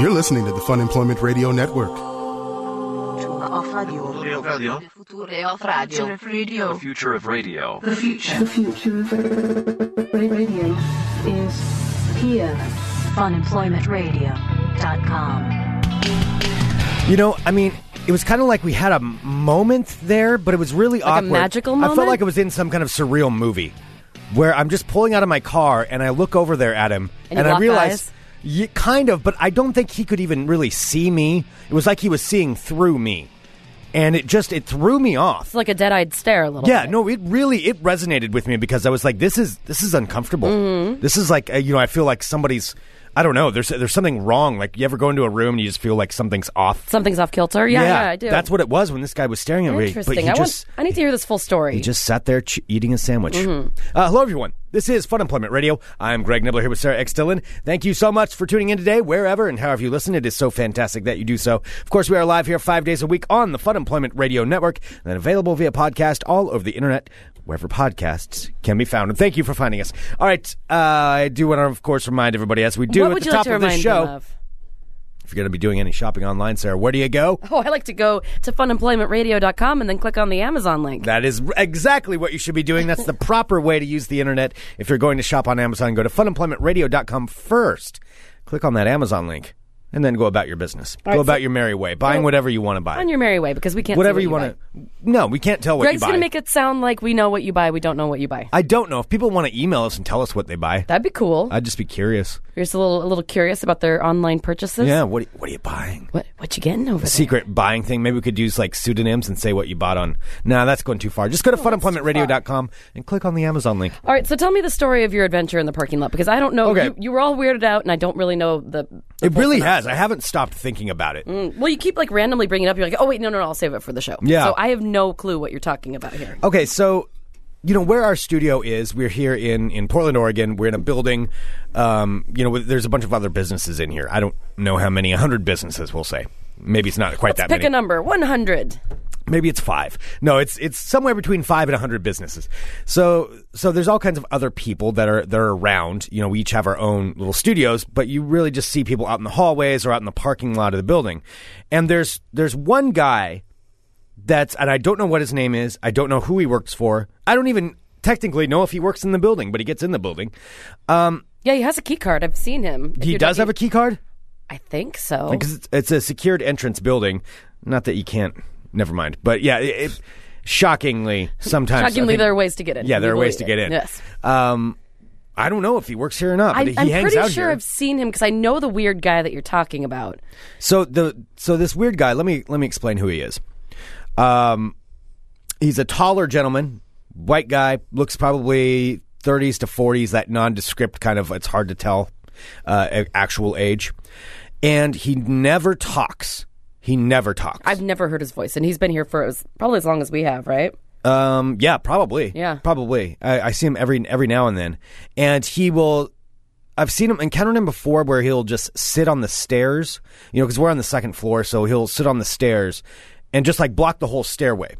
You're listening to the Fun Employment Radio Network. Off radio. Radio. Future off radio. The future of radio. The future of radio is here. Funemploymentradio.com. You know, I mean, it was kind of like we had a m- moment there, but it was really a awkward. magical I felt moment? like it was in some kind of surreal movie where I'm just pulling out of my car and I look over there at him And you I lock realize. eyes? Yeah, kind of, but I don't think he could even really see me. It was like he was seeing through me, and it just it threw me off. It's like a dead-eyed stare a little. Yeah, bit. no, it really it resonated with me because I was like, this is this is uncomfortable. Mm-hmm. This is like uh, you know, I feel like somebody's. I don't know. There's there's something wrong. Like you ever go into a room and you just feel like something's off. something's off kilter. Yeah, yeah, I do. That's what it was when this guy was staring at me. But Interesting. he I just want. Mm-hmm. I need to hear this full story. he just sat there ch- eating a sandwich. Uh, hello, everyone. This is Fun Employment Radio. I'm Greg Nibbler here with Sarah X. Dillon. Thank you so much for tuning in today, wherever and however you listen. It is so fantastic that you do so. Of course, we are live here five days a week on the Fun Employment Radio Network and then available via podcast all over the internet, wherever podcasts can be found. And thank you for finding us. All right. Uh, I do want to, of course, remind everybody, as we do what at would the you top like to of this remind show, them of? if you're going to be doing any shopping online, Sarah, where do you go? Oh, I like to go to funemploymentradio.com and then click on the Amazon link. That is r- exactly what you should be doing. That's the proper way to use the internet. If you're going to shop on Amazon, go to funemploymentradio.com first. Click on that Amazon link and then go about your business. go about your merry way, buying whatever you want to buy. on your merry way because we can't. whatever see you what want to. No, we can't tell what Greg's you buy. gonna make it sound like we know what you buy. We don't know what you buy. I don't know. If people want to email us and tell us what they buy, That'd be cool. I'd just be curious. You're just a little, a little curious about their online purchases. Yeah, what, what are you buying? What, what you getting over there? secret buying thing. Maybe we could use like pseudonyms and say what you bought on. Nah, that's going too far. Just go to Oh, funemploymentradio.com and click on the Amazon link. All right, so tell me the story of your adventure in the parking lot because I don't know. Okay. You, you were all weirded out, and I don't really know the. the It full really synopsis. has. I haven't stopped thinking about it. Well, you keep like randomly bringing it up. You're like, oh wait, no, no, no, I'll save it for the show. Yeah. So I have no clue what you're talking about here. Okay, so you know where our studio is. We're here in in Portland, Oregon. We're in a building. Um, you know, with- there's a bunch of other businesses in here. I don't know how many. hundred businesses, we'll say. Maybe it's not quite that Pick many. a number, 100. Maybe it's five. No, it's it's somewhere between five and hundred businesses. So so there's all kinds of other people that are that are around. You know, we each have our own little studios, but you really just see people out in the hallways or out in the parking lot of the building. And there's there's one guy that's and I don't know what his name is. I don't know who he works for. I don't even technically know if he works in the building, but he gets in the building. Yeah, he has a key card. I've seen him. If He you're does talking- have a key card I think so. because it's, it's a secured entrance building. Not that you can't. Never mind. But yeah, it, it, shockingly sometimes I Shockingly, think- there are ways to get in. Yeah, there are Legally, ways to get in. Yes. Um, I don't know if he works here or not, but I, he I'm hangs pretty out sure here. I've seen him because I know the weird guy that you're talking about. So the so this weird guy. Let me let me explain who he is. Um, he's a taller gentleman, white guy, looks probably 30s to 40s. That nondescript kind of. It's hard to tell uh, a- actual age, and he never talks. He never talks. I've never heard his voice, and he's been here for as, probably as long as we have, right? Um, yeah, probably. Yeah. probably. I, I see him every every now and then, and he will. I've seen him encountered him before where he'll just sit on the stairs, you know, because we're on the second floor, so he'll sit on the stairs and just like block the whole stairway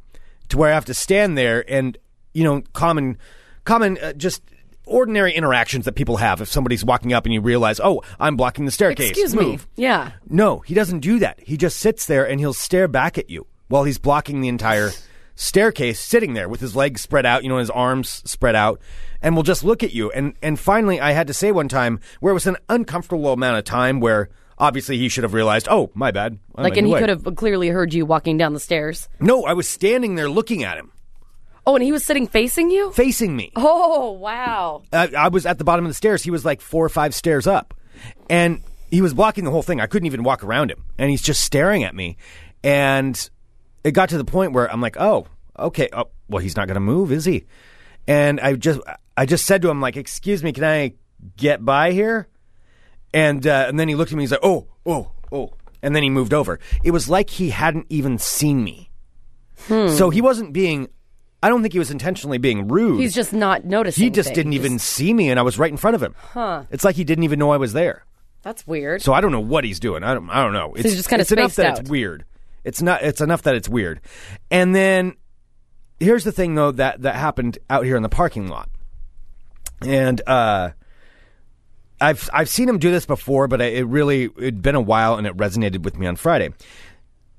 to where I have to stand there and you know common common uh, just ordinary interactions that people have if somebody's walking up and you realize oh I'm blocking the staircase Excuse move. me. Yeah. No, he doesn't do that. He just sits there and he'll stare back at you while he's blocking the entire staircase, sitting there with his legs spread out, you know, his arms spread out, and will just look at you. And and finally, I had to say one time where it was an uncomfortable amount of time where obviously he should have realized, oh, my bad. I'm Like, in and the he way." could have clearly heard you walking down the stairs. No, I was standing there looking at him, Oh, and he was sitting facing you? facing me. Oh, wow. I, I was at the bottom of the stairs. He was like four or five stairs up, and he was blocking the whole thing. I couldn't even walk around him, and he's just staring at me. And it got to the point where I'm like, "Oh, okay. Oh, well, he's not going to move, is he?" And I just, I just said to him, like, "Excuse me, can I get by here?" And uh, and then he looked at me. He's like, "Oh, oh, oh," and then he moved over. It was like he hadn't even seen me. So he wasn't being. I don't think he was intentionally being rude. He's just not noticing. He just things. didn't even see me, and I was right in front of him. Huh? It's like he didn't even know I was there. That's weird. So I don't know what he's doing. I don't. I don't know. It's he's just kinda It's enough spaced that out. it's weird. It's not. It's enough that it's weird. And then here's the thing, though that that happened out here in the parking lot, and uh, I've I've seen him do this before, but I- it really it'd been a while, and it resonated with me on Friday.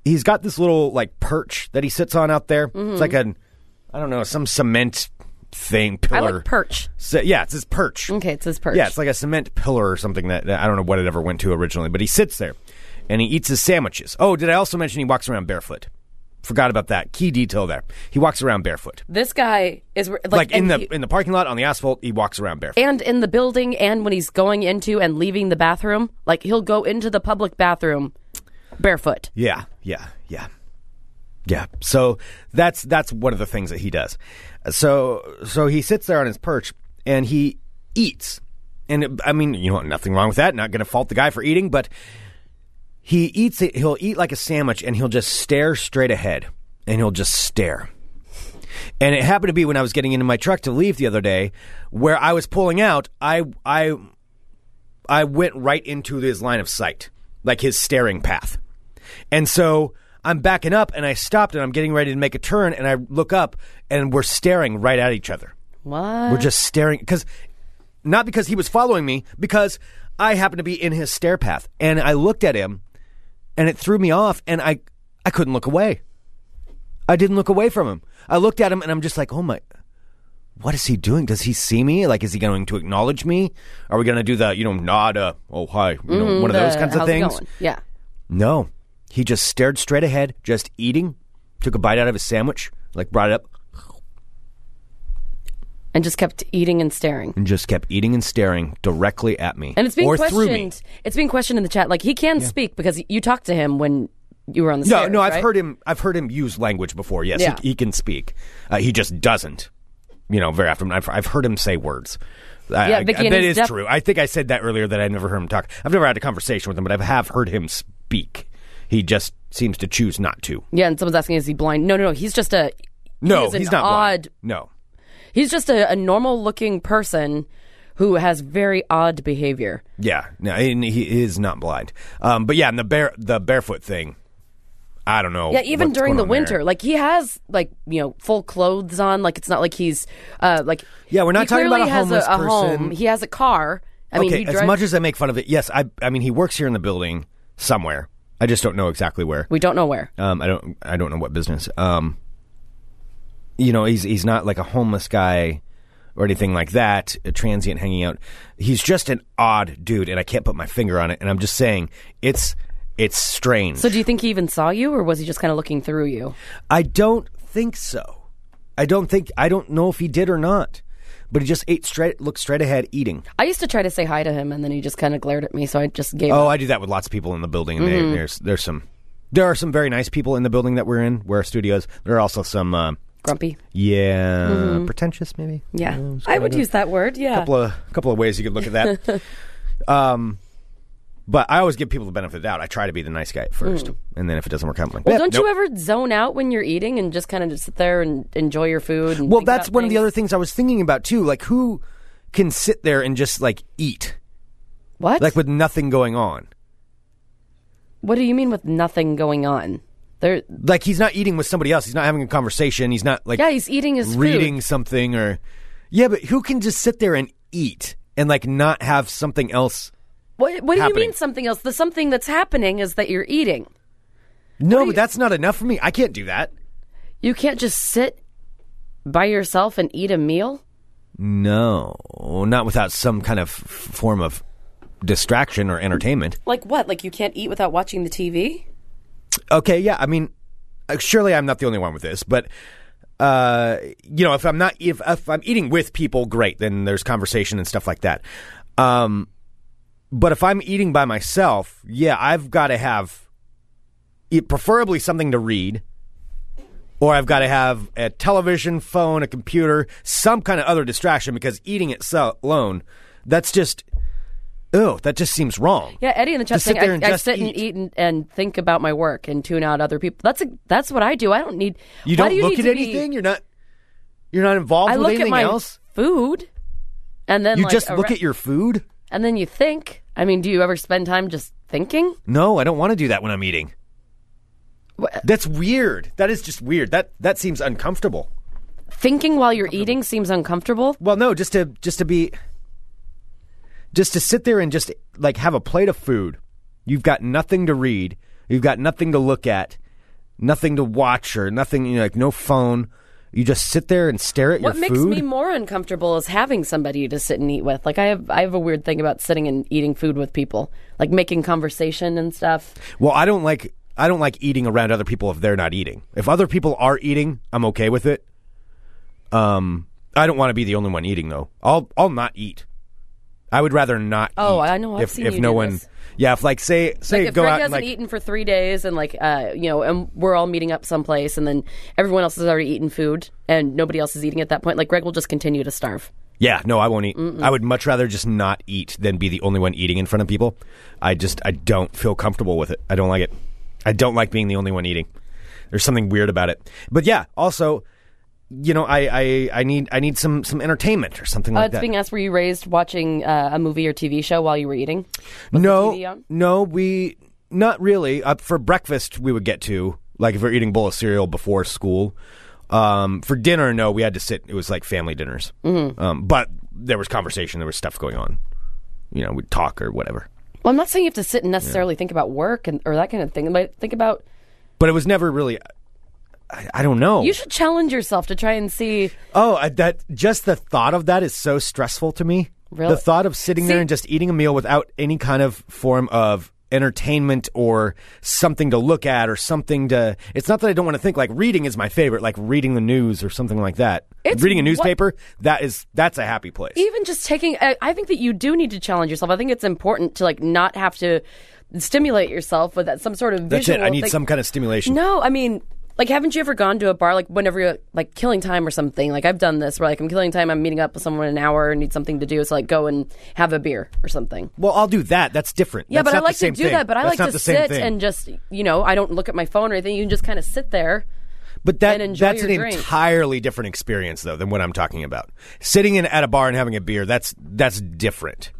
He's got this little like perch that he sits on out there. Mm-hmm. It's like an I don't know some cement thing I pillar. like perch. So, yeah, it's his perch. Okay, it's his Mm, perch. Yeah, it's like a cement pillar or something that, that I don't know what it ever went to originally, but he sits there and he eats his sandwiches. Oh, did I also mention he walks around barefoot? Forgot about that. Key detail there. He walks around barefoot. this guy is like, Like, in and the he- in the parking lot on the asphalt, he walks around barefoot. and in the building and when he's going into and leaving the bathroom like he'll go into the public bathroom barefoot Yeah, yeah, yeah. Yeah. So that's that's one of the things that he does. So so he sits there on his perch and he eats. And it, I mean, you know, nothing wrong with that. Not going to fault the guy for eating, but he eats it. He'll eat like a sandwich and he'll just stare straight ahead and he'll just stare. And it happened to be when I was getting into my truck to leave the other day, where I was pulling out, I I I went right into his line of sight, like his staring path. And so I'm backing up and I stopped and I'm getting ready to make a turn and I look up and we're staring right at each other. what We're just staring because not because he was following me, because I happened to be in his stair path and I looked at him and it threw me off and I I couldn't look away. I didn't look away from him. I looked at him and I'm just like, "Oh my what is he doing? Does he see me? Like, is he going to acknowledge me? Are we going to do the, you know, nod, uh, oh, hi, you know, one of those Uh, kinds of how's it things? going? yeah No. He just stared straight ahead, just eating, took a bite out of his sandwich, like brought it up, and just kept eating and staring and just kept eating and staring directly at me. and it's being or through me. questioned it's being questioned in the chat like he can speak because you talked to him when you were on the No, stairs, no, I've right? heard him. I've heard him use language before. Yes, Yeah. he, he can speak. Uh, he just doesn't. You know, very often I've, I've heard him say words. I- Yeah, I- Vicky, and that he's is def- true. I think I said that earlier that I've never heard him talk. I've never had a conversation with him, but I have heard him speak. He just seems to choose not to. yeah and someone's asking is he blind no no no he's just a No, is an he's not blind. odd- No, he's just a, a normal looking person who has very odd behavior yeah, no, and he is not blind. Um, but yeah, and the bare the barefoot thing. I don't know. Yeah, even what's during going the on there. winter, like he has like you know full clothes on. Like it's not like he's uh like Yeah, we're not he talking about clearly a has homeless a, a home. person. He has a car. I mean, okay, he as drives- much as I make fun of it, yes, I I mean he works here in the building somewhere. I just don't know exactly where. we don't know where. Um, I don't I don't know what business. Um, you know, he's he's not like a homeless guy or anything like that, a transient hanging out. He's just an odd dude, and I can't put my finger on it. And I'm just saying it's it's strange. So do you think he even saw you, or was he just kind of looking through you? I don't think so. I don't think I don't know if he did or not. But he just ate straight, looked straight ahead, eating. I used to try to say hi to him, and then he just kind of glared at me. So I just gave. Oh, up. I do that with lots of people in the building. And they, there's there's some there are some very nice people in the building that we're in, where our studio is. There are also some uh, grumpy. yeah pretentious maybe. Yeah, I would use that word. Yeah, couple of couple of ways you could look at that. um, but I always give people the benefit of the doubt. I try to be the nice guy at first, and then if it doesn't work out, I'm like, Well, "Yep, don't nope." you ever zone out when you're eating and just kind of just sit there and enjoy your food? And Well, think that's about one of the things? other things I was thinking about too. Like, who can sit there and just like eat, What? like with nothing going on? what do you mean with nothing going on? There. Like he's not eating with somebody else. He's not having a conversation. He's not like Yeah, he's eating his reading Food. something or yeah. But who can just sit there and eat and like not have something else? What, what do you happening. mean something else? The something that's happening is that you're eating. No, but that's not enough for me. I can't do that. You can't just sit by yourself and eat a meal. No, not without some kind of f- form of distraction or entertainment. Like what? Like you can't eat without watching the TV? Okay, yeah, I mean, uh, surely I'm not the only one with this, but uh, you know, if I'm not if, if I'm eating with people, great, then there's conversation and stuff like that. Um, but if I'm eating by myself, yeah, I've got to have it, preferably something to read. Or I've got to have a television, phone, a computer, some kind of other distraction because eating it so- alone, that's just, oh, that just seems wrong. Yeah, Eddie in the chat Just sit saying there and I, I just sit and eat. eat and, and think about my work and tune out other people. That's a, that's what I do. I don't need. You why don't do you look need at to be- anything. You're not. You're not involved I with look anything at my else. food, and then You like, just a look re- at your food. and then you think. I mean, do you ever spend time just thinking? No, I don't want to do that when I'm eating. Wha- That's weird. That is just weird. That that seems uncomfortable. Thinking while you're eating seems uncomfortable. Well, no, just to just to be just to sit there and just like have a plate of food. You've got nothing to read. You've got nothing to look at. Nothing to watch or nothing. You know, like no phone. You just sit there and stare at What your makes food. me more uncomfortable is having somebody to sit and eat with. Like I have, I have a weird thing about sitting and eating food with people, like making conversation and stuff. Well, I don't like I don't like eating around other people if they're not eating. If other people are eating, I'm okay with it. Um, I don't want to be the only one eating though. I'll I'll not eat. I would rather not. Oh, eat I know. I've if seen if you no do one, this. yeah. If like say say Like if go Greg out and hasn't like eaten for three days, and like uh, you know, and we're all meeting up someplace, and then everyone else has already eaten food, and nobody else is eating at that point, like Greg will just continue to starve. yeah, no, I won't eat. I would much rather just not eat than be the only one eating in front of people. I just I don't feel comfortable with it. I don't like it. I don't like being the only one eating. There's something weird about it. But yeah, also, you know, I I, I need I need some some entertainment or something Uh, like it's that. being asked, were you raised watching uh, a movie or TV show while you were eating? no, TV on? no, we not really. Uh, for breakfast, we would get to like if we're eating bowl of cereal before school. Um, for dinner, no, we had to sit. It was like family dinners, mm-hmm. um, but there was conversation. There was stuff going on. You know, we'd talk or whatever. Well, I'm not saying you have to sit and necessarily think about work and or that kind of thing, but think about But it was never really. I, I don't know. you should challenge yourself to try and see. oh, I, that just the thought of that is so stressful to me. Really? The thought of sitting there See- and just eating a meal without any kind of form of entertainment or something to look at or something to it's not that I don't want to think like reading is my favorite like reading the news or something like that It's reading a what- newspaper that is that's a happy place even just taking I, I think that you do need to challenge yourself i think it's important to like not have to stimulate yourself with that some sort of that's visual it I need thing. some kind of stimulation no i mean like haven't you ever gone to a bar like whenever you're like killing time or something like i've done this where like i'm killing time i'm meeting up with someone in an hour and need something to do so like go and have a beer or something well I'll do that that's different yeah That's but i not the like to same do thing. that but i That's like not to the same sit thing. and just you know i don't look at my phone or anything you can just kind of sit there But that and enjoy that's your an drink. entirely different experience though than what I'm talking about. Sitting in at a bar and having a beer, that's that's different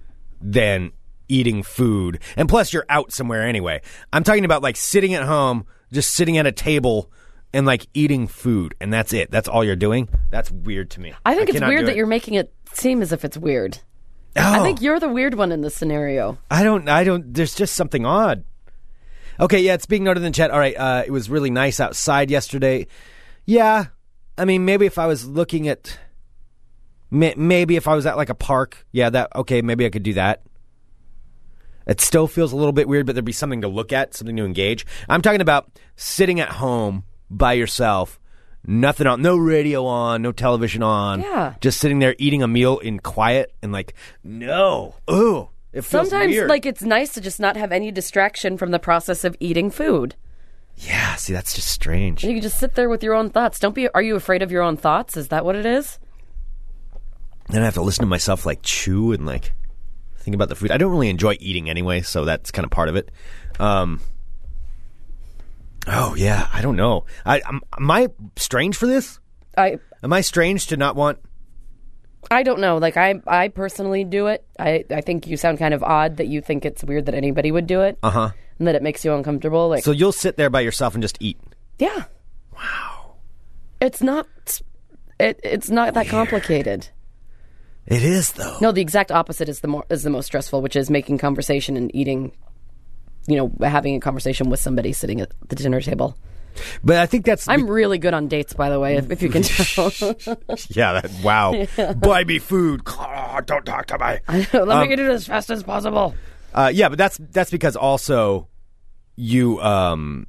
than eating food. And plus you're out somewhere anyway. I'm talking about like sitting at home, just sitting at a table and like eating food and that's it. That's all you're doing. That's weird to me. i think it's cannot do weird that it. you're making it seem as if it's weird Oh. i think you're the weird one in this scenario I don't. I don't. There's just something odd. Okay, yeah, it's being noted in the chat. All right, uh, it was really nice outside yesterday. Yeah, I mean, maybe if I was looking at, may, maybe if I was at like a park, yeah, that okay, maybe I could do that. It still feels a little bit weird, but there'd be something to look at, something to engage. I'm talking about sitting at home by yourself, nothing on, no radio on, no television on. Yeah. just sitting there eating a meal in quiet and like, no, ooh, it feels Sometimes, weird. like, it's nice to just not have any distraction from the process of eating food. yeah, see, that's just strange. You can just sit there with your own thoughts. Don't be. Are you afraid of your own thoughts? Is that what it is? Then I have to listen to myself like chew and like think about the food. I don't really enjoy eating anyway, so that's kind of part of it. Um, oh yeah, I don't know. I am, am I strange for this? I Am I strange to not want? I don't know. Like, I I personally do it. I I think you sound kind of odd that you think it's weird that anybody would do it. Uh Uh-huh. And that it makes you uncomfortable. Like, So you'll sit there by yourself and just eat. yeah. Wow. It's not. It it's not that complicated. It is though. No, the exact opposite is the more is the most stressful, which is making conversation and eating. You know, having a conversation with somebody sitting at the dinner table. But I think that's I'm really good on dates, by the way, if, if you can tell. yeah. That, wow. Buy me food. don't talk to me. Let me get it as fast as possible. Uh, yeah, but that's that's because also you um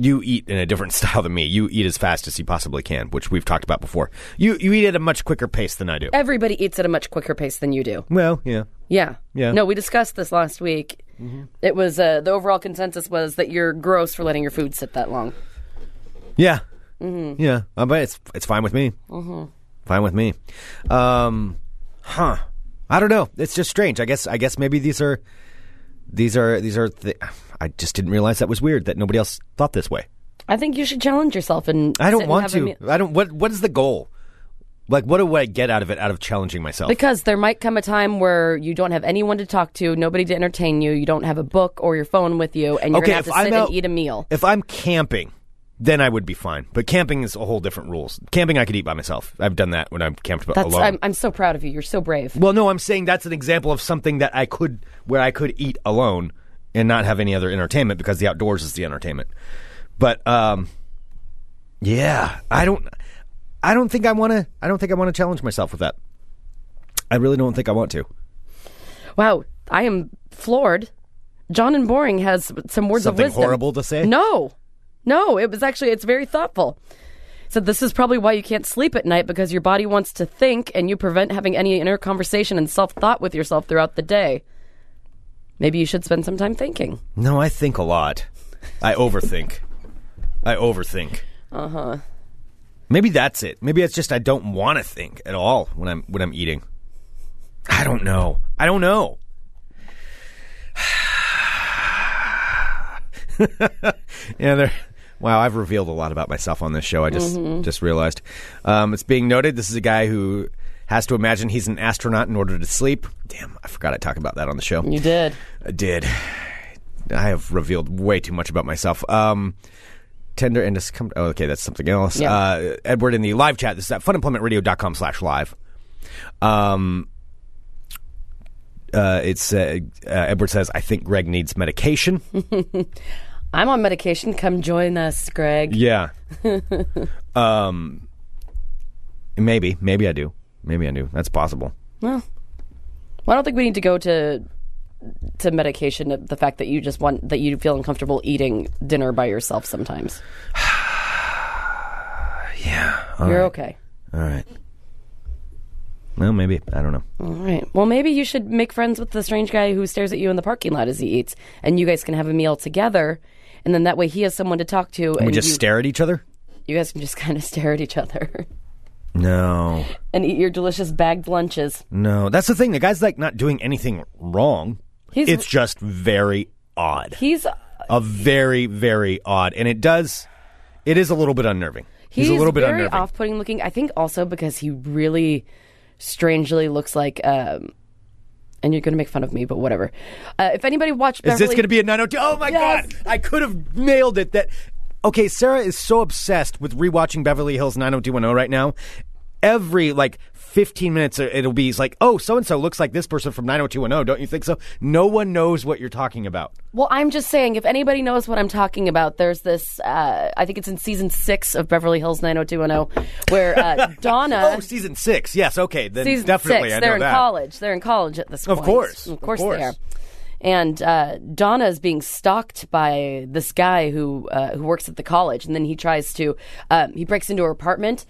you eat in a different style than me. You eat as fast as you possibly can, which we've talked about before. You you eat at a much quicker pace than I do. Everybody eats at a much quicker pace than you do. Well, yeah. Yeah. Yeah. Mm-hmm. No, we discussed this last week. It was uh, the overall consensus was that you're gross for letting your food sit that long. Yeah. Yeah. Uh, but it's it's fine with me. Fine with me. Um, huh. I don't know. It's just strange. I guess. I guess maybe these are these are these are. Th- I just didn't realize that was weird that nobody else thought this way. I think you should challenge yourself and I sit don't and want have a to. meal. I don't. What What is the goal? Like, what do I get out of it? Out of challenging myself? Because there might come a time where you don't have anyone to talk to, nobody to entertain you, you don't have a book or your phone with you, and you're okay, gonna have if to I'm sit out, and eat a meal. If I'm camping then I would be fine. But camping is a whole different rules. Camping I could eat by myself. I've done that when I've camped That's alone. I'm, I'm so proud of you. You're so brave. well, no, I'm saying that's an example of something that I could where I could eat alone and not have any other entertainment because the outdoors is the entertainment. But um yeah, I don't I don't think I want to I don't think I want to challenge myself with that. I really don't think I want to. Wow, I am floored. John and Boring has some words Something of wisdom. horrible to say? No, no. It was actually it's very thoughtful. So this is probably why you can't sleep at night because your body wants to think and you prevent having any inner conversation and self thought with yourself throughout the day. Maybe you should spend some time thinking. No, I think a lot. I overthink. I overthink. Uh huh. Maybe that's it. Maybe it's just I don't want to think at all when I'm when I'm eating. I don't know. I don't know. yeah, there. Wow, I've revealed a lot about myself on this show. I just just realized. Um, it's being noted. This is a guy who has to imagine he's an astronaut in order to sleep. Damn, I forgot I talked about that on the show. You did. I did. I have revealed way too much about myself. Um, tender and discom- oh, okay, that's something else. Yeah. Uh, Edward in the live chat. This is at funemploymentradio.com slash live. Um, uh, it's uh, uh, Edward says, I think Greg needs medication. I'm on medication. Come join us, Greg. yeah. um, maybe, maybe I do. Maybe I do. That's possible. Well, I don't think we need to go to to medication. The fact that you just want that you feel uncomfortable eating dinner by yourself sometimes. yeah, you're okay. All right. Well, maybe I don't know. All right. Well, maybe you should make friends with the strange guy who stares at you in the parking lot as he eats, and you guys can have a meal together. And then that way, he has someone to talk to, and we just you, stare at each other. you guys can just kind of stare at each other No. and eat your delicious bagged lunches. No, that's the thing. The guy's like not doing anything wrong. He's- it's just very odd. He's a very, very odd, and it does. It is a little bit unnerving. He's, a little bit very unnerving. off-putting looking. I think also because he really strangely looks like. Um, and you're going to make fun of me, but whatever. Uh, if anybody watched, Is Beverly, this going to be a 902? Oh my Yes. god! I could have nailed it. That okay? Sarah is so obsessed with rewatching Beverly Hills 90210 right now. Every like 15 minutes, it'll be it's like, oh, so and so looks like this person from 90210. Don't you think so? No one knows what you're talking about. Well, I'm just saying, if anybody knows what I'm talking about, there's this. Uh, I think it's in season six of Beverly Hills 90210, where uh, Donna. oh, season six. Yes, okay. Then season definitely, six. I know They're in that. college. They're in college at this Of point. course. of Of course, course. they are. And uh, Donna is being stalked by this guy who uh, who works at the college, and then he tries to um, he breaks into her apartment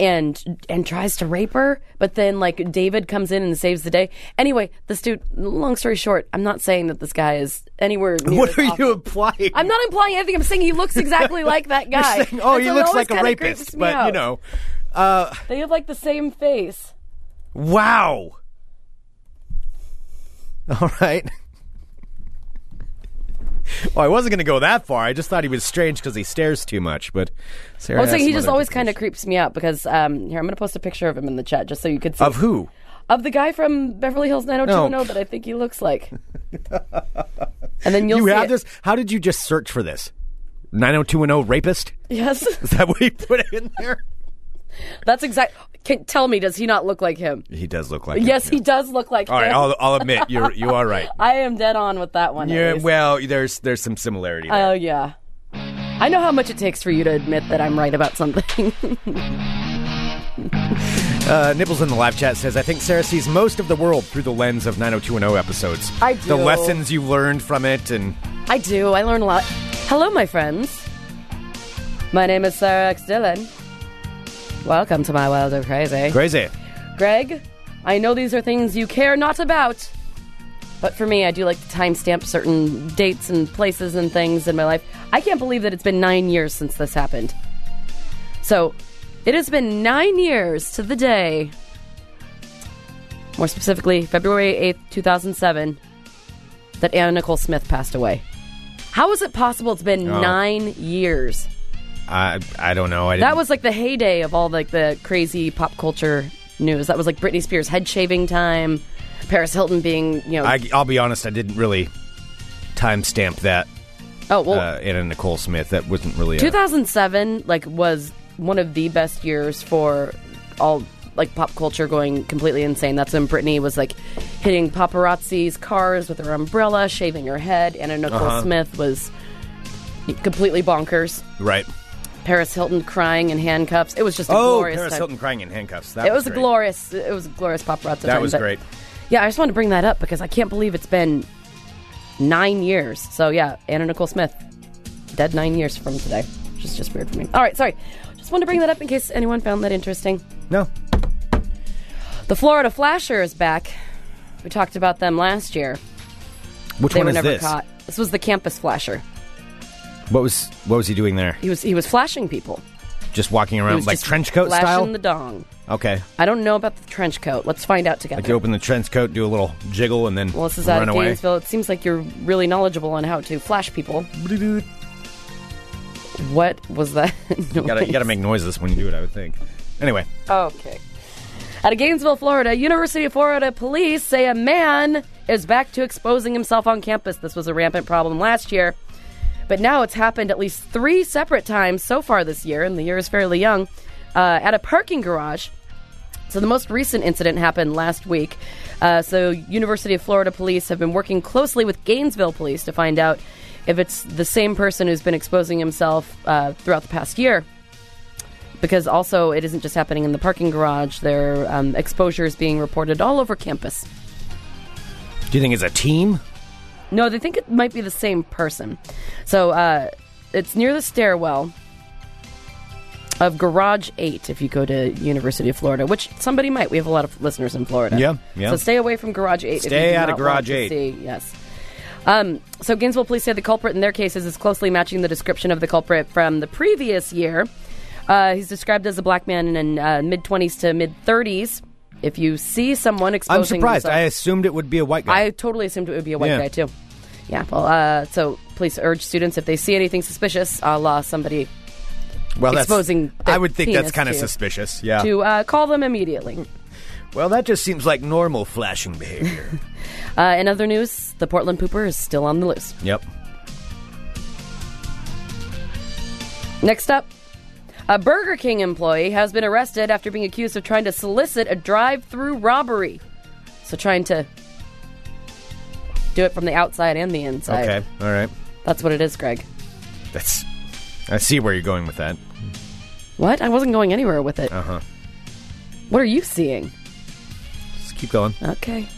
and and tries to rape her. But then like David comes in and saves the day. Anyway, this dude. Long story short, I'm not saying that this guy is anywhere. Near What as are you awful. implying? I'm not implying anything. I'm saying he looks exactly like that guy. saying, oh, And he so it looks always like a kinda rapist, creeps me but you out. know, uh, they have like the same face. wow. All right. Well, I wasn't going to go that far. I just thought he was strange because he stares too much. But Sarah I was has saying Oh, he some just other always kind of implications. creeps me out because um, here I'm going to post a picture of him in the chat just so you could see of who? Of the guy from Beverly Hills 90210 No. that I think he looks like. and then you'll you see have it. this. How did you just search for this? Nine hundred two one zero rapist. Yes, Is that what you put in there? that's exact. Can, tell me, does he not look like him? He does look like. Yes, him. he does look like All right, him. I'll, I'll admit you're you are right. I am dead on with that one. at Yeah, least. well, there's there's some similarity. There. Oh yeah. I know how much it takes for you to admit that I'm right about something. Uh, Nibbles in the live chat says, I think Sarah sees most of the world through the lens of 90210 episodes. I do. The lessons you've learned from it, and I do. I learn a lot. Hello, my friends. My name is Sarah X Dillon. Welcome to my world of crazy. crazy. Greg, I know these are things you care not about, but for me, I do like to timestamp certain dates and places and things in my life. I can't believe that it's been nine years since this happened. So, it has been nine years to the day, more specifically, February 8th, 2007, that Anna Nicole Smith passed away. How is it possible it's been Oh. nine years? I I don't know. I That didn't- was like the heyday of all like the crazy pop culture news. That was like Britney Spears head shaving time, Paris Hilton being you know I, I'll be honest. I didn't really timestamp that. Oh, well- uh, Anna Nicole Smith. That wasn't really. a- 2007 like was one of the best years for all like pop culture going completely insane. That's when Britney was like hitting paparazzi's cars with her umbrella, shaving her head. Anna Nicole Uh-huh. Smith was completely bonkers. right. Paris Hilton crying in handcuffs. It was just a Oh, glorious Paris time. Hilton crying in handcuffs. That It was a great. glorious. It was a glorious paparazzo. That time, was but- great. Yeah, I just wanted to bring that up because I can't believe it's been nine years. So yeah, Anna Nicole Smith, dead nine years from today, which is just weird for me. All right, sorry. Just wanted to bring that up in case anyone found that interesting. No. The Florida Flasher is back. We talked about them last year. Which They one were is never this? caught. This was the Campus Flasher. What was what was he doing there? He was he was flashing people. Just walking He around was like just trench coat flashing style. the dong. okay. I don't know about the trench coat. Let's find out together. Like you open the trench coat, do a little jiggle, and then Well, this is out run of away. Gainesville. It seems like you're really knowledgeable on how to flash people. You What was that? gotta, you gotta noise? make noises when you do it, I would think. Anyway, Okay. Out of Gainesville, Florida, University of Florida police say a man is back to exposing himself on campus. This was a rampant problem last year, but now it's happened at least three separate times so far this year, and the year is fairly young, uh, at a parking garage. So the most recent incident happened last week. Uh, so University of Florida police have been working closely with Gainesville police to find out if it's the same person who's been exposing himself uh, throughout the past year because also it isn't just happening in the parking garage. Their um, exposure is being reported all over campus. do you think it's a team? No, they think it might be the same person. So uh, it's near the stairwell of Garage 8 if you go to University of Florida, which somebody might. We have a lot of listeners in Florida. Yeah, yeah. So stay away from Garage 8. if you Stay do out of not want Garage to 8. See, yes. Um, so Gainesville police say the culprit in their cases is closely matching the description of the culprit from the previous year. Uh, he's described as a black man in uh, mid 20s to mid 30s. If you see someone exposing I'm surprised. themselves- I assumed it would be a white guy. I totally assumed it would be a white Yeah. guy too. Yeah. Well, uh, so police urge students if they see anything suspicious, a la somebody, well, that's, exposing their I would think that's penis kind of to- suspicious. Yeah. to uh, call them immediately. Well, that just seems like normal flashing behavior. Uh, in other news, the Portland pooper is still on the loose. yep. Next up, a Burger King employee has been arrested after being accused of trying to solicit a drive-through robbery. So trying to do it from the outside and the inside. Okay. All right. That's what it is, Greg. That's. I see where you're going with that. What? I wasn't going anywhere with it. Uh huh. What are you seeing? Just keep going. Okay.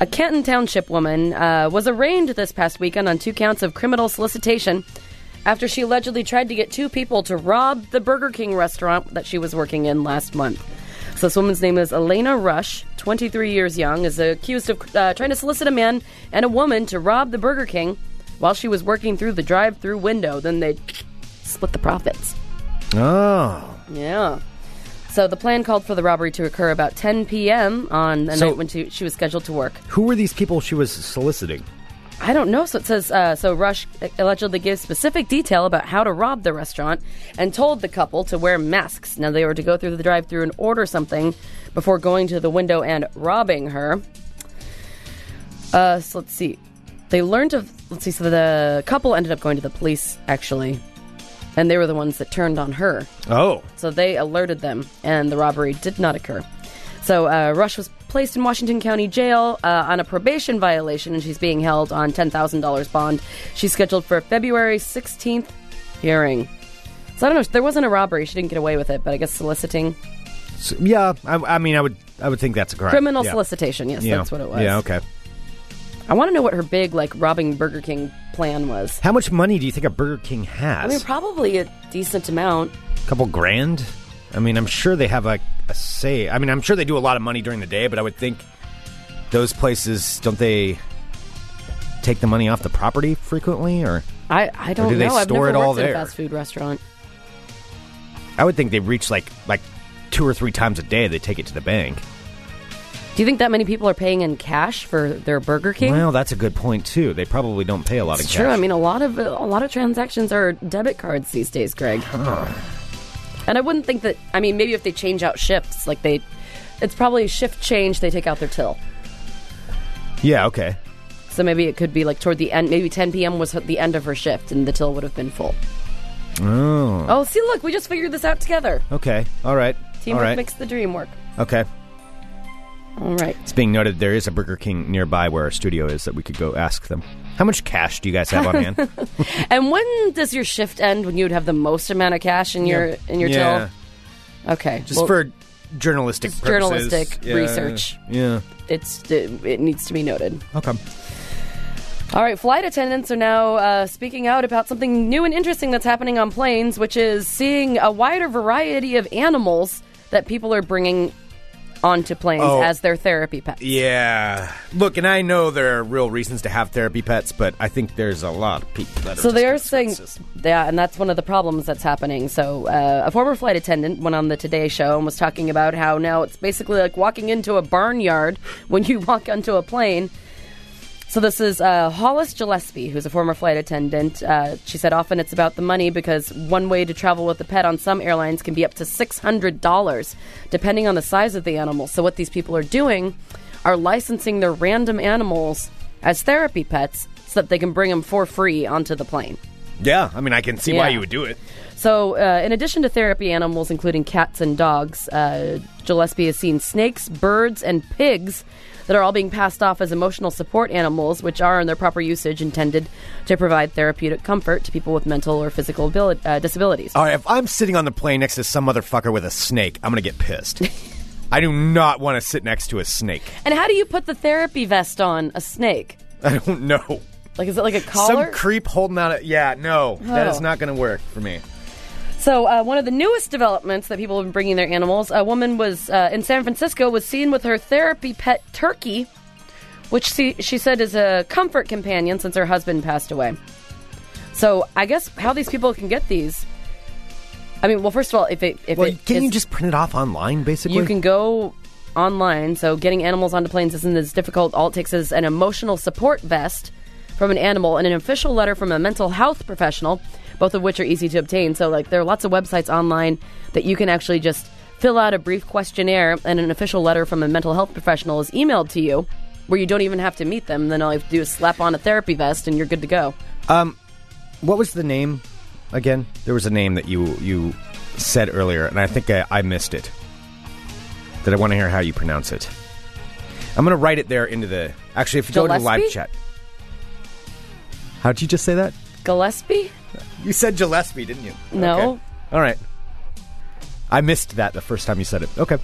A Canton Township woman uh, was arraigned this past weekend on two counts of criminal solicitation after she allegedly tried to get two people to rob the Burger King restaurant that she was working in last month. So this woman's name is Elena Rush, 23 years young, is accused of uh, trying to solicit a man and a woman to rob the Burger King while she was working through the drive-through window. Then they split the profits. Oh. Yeah. So the plan called for the robbery to occur about 10 p.m. on the So- night when she, she was scheduled to work. Who were these people she was soliciting? I don't know. So it says uh, so. Rush allegedly gave specific detail about how to rob the restaurant and told the couple to wear masks. Now they were to go through the drive-through and order something before going to the window and robbing her. Uh, so let's see. They learned of let's see. So the couple ended up going to the police actually, and they were the ones that turned on her. Oh. So they alerted them, and the robbery did not occur. So uh, Rush was placed in Washington County Jail uh, on a probation violation, and she's being held on ten thousand dollars bond. She's scheduled for a February sixteenth hearing. So I don't know. There wasn't a robbery. She didn't get away with it, but I guess soliciting, Uh, S- yeah. I, I mean, I would. I would think that's a crime. criminal Yeah. solicitation. Yes, Yeah. that's what it was. Yeah. Okay. I want to know what her big like robbing Burger King plan was. How much money do you think a Burger King has? I mean, probably a decent amount. couple grand. I mean, I'm sure they have like a say. I mean, I'm sure they do a lot of money during the day, but I would think those places don't they take the money off the property frequently? Or I I don't do they know. I've store never it all worked at a there? fast food restaurant. I would think they reach like like two or three times a day. They take it to the bank. Do you think that many people are paying in cash for their Burger King? Well, that's a good point too. They probably don't pay a lot It's of cash. true. I mean, a lot of a lot of transactions are debit cards these days, Greg. and I wouldn't think that. I mean, maybe if they change out shifts, like they, it's probably shift change. They take out their till. yeah, okay. So maybe it could be like toward the end. Maybe 10 p.m. was the end of her shift, and the till would have been full. Oh. Oh, see, look, we just figured this out together. Okay. All right. Teamwork All right. makes the dream work. okay. All right. It's being noted there is a Burger King nearby where our studio is that we could go ask them. How much cash do you guys have on hand? And when does your shift end? When you'd have the most amount of cash in your in your yeah. till? Okay, Just well, for journalistic just purposes. journalistic Yeah. research. Yeah. it's it, it needs to be noted. Okay. All right, flight attendants are now uh, speaking out about something new and interesting that's happening on planes, which is seeing a wider variety of animals that people are bringing onto planes Oh. as their therapy pets. Yeah. Look, and I know there are real reasons to have therapy pets, but I think there's a lot of people that are So just they are saying, expensive. yeah, and that's one of the problems that's happening. So uh, a former flight attendant went on the Today Show and was talking about how now it's basically like walking into a barnyard when you walk onto a plane. So this is uh, Hollis Gillespie, who's a former flight attendant. Uh, she said often it's about the money because one way to travel with a pet on some airlines can be up to six hundred dollars, depending on the size of the animal. So what these people are doing are licensing their random animals as therapy pets so that they can bring them for free onto the plane. Yeah, I mean, I can see why Yeah. you would do it. So, uh, in addition to therapy animals, including cats and dogs, uh, Gillespie has seen snakes, birds, and pigs that are all being passed off as emotional support animals, which are, in their proper usage, intended to provide therapeutic comfort to people with mental or physical abili- uh, disabilities. All right, if I'm sitting on the plane next to some motherfucker with a snake, I'm gonna get pissed. I do not want to sit next to a snake. And how do you put the therapy vest on a snake? I don't know. Like, is it like a Some collar? creep holding out a. Yeah, no, that Oh. is not gonna work for me. So uh, one of the newest developments that people have been bringing their animals. A woman was uh, in San Francisco was seen with her therapy pet turkey, which she, she said is a comfort companion since her husband passed away. So I guess how these people can get these. I mean, well, first of all, if it if Well, it can you is- just print it off online, basically? you can go online. So getting animals onto planes isn't as difficult. All it takes is an emotional support vest from an animal and an official letter from a mental health professional, both of which are easy to obtain. So like there are lots of websites online that you can actually just fill out a brief questionnaire and an official letter from a mental health professional is emailed to you where you don't even have to meet them. Then all you have to do is slap on a therapy vest and you're good to go. What was the name again? There was a name that you you said earlier, and I think I, I missed it. That I want to hear how you pronounce it. I'm gonna write it there into the. Actually, if you go to the live Gillespie? chat. How'd you just say that? Gillespie? You said Gillespie, didn't you? No. Okay. All right. I missed that the first time you said it. Okay.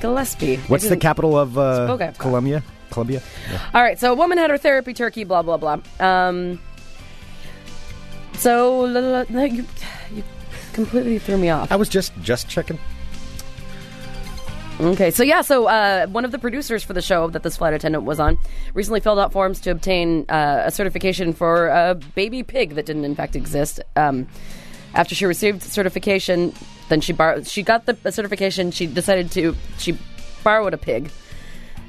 Gillespie. What's I the didn't- capital of uh, Spokane. Colombia? Colombia. All right, so a woman had her therapy turkey, blah blah blah. Um, so la- la- la- you, you completely threw me off. I was just just checking. Okay, so yeah, so uh, one of the producers for the show that this flight attendant was on recently filled out forms to obtain uh, a certification for a baby pig that didn't in fact exist. Um, after she received certification, then she borrowed. She got the certification. She decided to she borrowed a pig.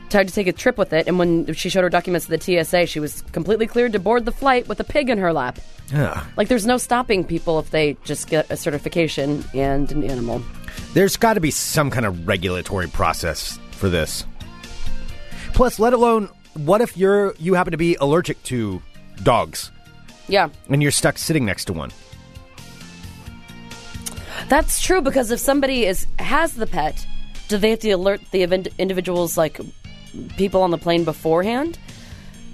tried to take a trip with it, and when she showed her documents to the TSA, she was completely cleared to board the flight with a pig in her lap. Ugh. Like, there's no stopping people if they just get a certification and an animal. There's got to be some kind of regulatory process for this. Plus, let alone what if you're you happen to be allergic to dogs Yeah, and you're stuck sitting next to one? that's true because if somebody is has the pet, do they have to alert the event, individuals like people on the plane beforehand?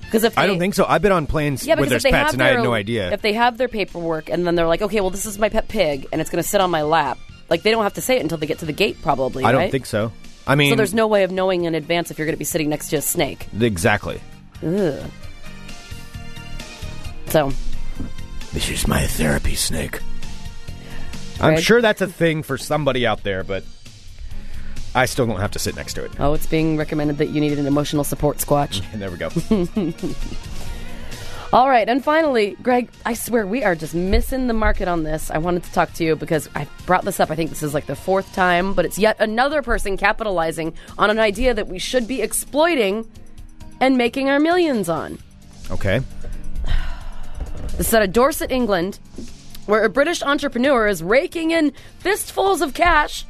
Because if I they- don't think so. I've been on planes Yeah, where because if there's they pets, have and I their, had no idea. If they have their paperwork and then they're like, okay, well, this is my pet pig and it's going to sit on my lap. Like they don't have to say it until they get to the gate, probably. I don't right? think so. I mean, So there's no way of knowing in advance if you're going to be sitting next to a snake. exactly. Ugh. So This is my therapy snake. I'm Greg? sure that's a thing for somebody out there, but I still don't have to sit next to it. Oh, it's being recommended that you need an emotional support squatch. And there we go. All right, and finally, Greg, I swear we are just missing the market on this. I wanted to talk to you because I brought this up. I think this is like the fourth time, but it's yet another person capitalizing on an idea that we should be exploiting and making our millions on. okay. This is out of Dorset, England, where a British entrepreneur is raking in fistfuls of cash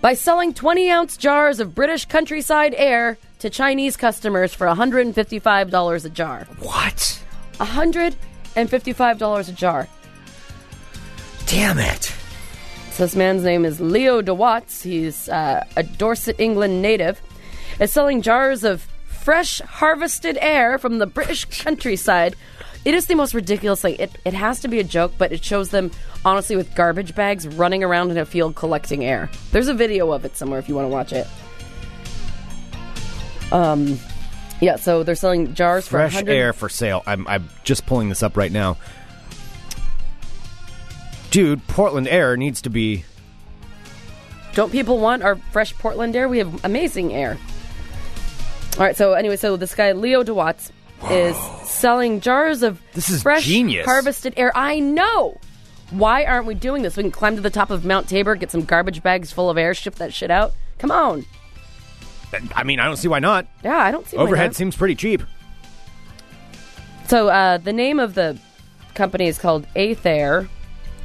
by selling 20 ounce jars of British countryside air to Chinese customers for $155 a jar. What? $155 a jar. Damn it. So this man's name is Leo DeWatts. He's uh, a Dorset, England native. Is selling jars of fresh harvested air from the British countryside. It is the most ridiculous thing. It, it has to be a joke, but it shows them honestly with garbage bags running around in a field collecting air. There's a video of it somewhere if you want to watch it. Um, yeah. So they're selling jars Fresh for 100- air for sale. I'm, I'm just pulling this up right now. Dude, Portland Air needs to be. Don't people want our fresh Portland air? We have amazing air. All right, so anyway, so this guy Leo DeWatts is selling jars of This is fresh genius. harvested air. I know. Why aren't we doing this? We can climb to the top of Mount Tabor, get some garbage bags full of air, ship that shit out. Come on. I mean, I don't see why not. Yeah, I don't see why Overhead not. seems pretty cheap. So uh, the name of the company is called Athair.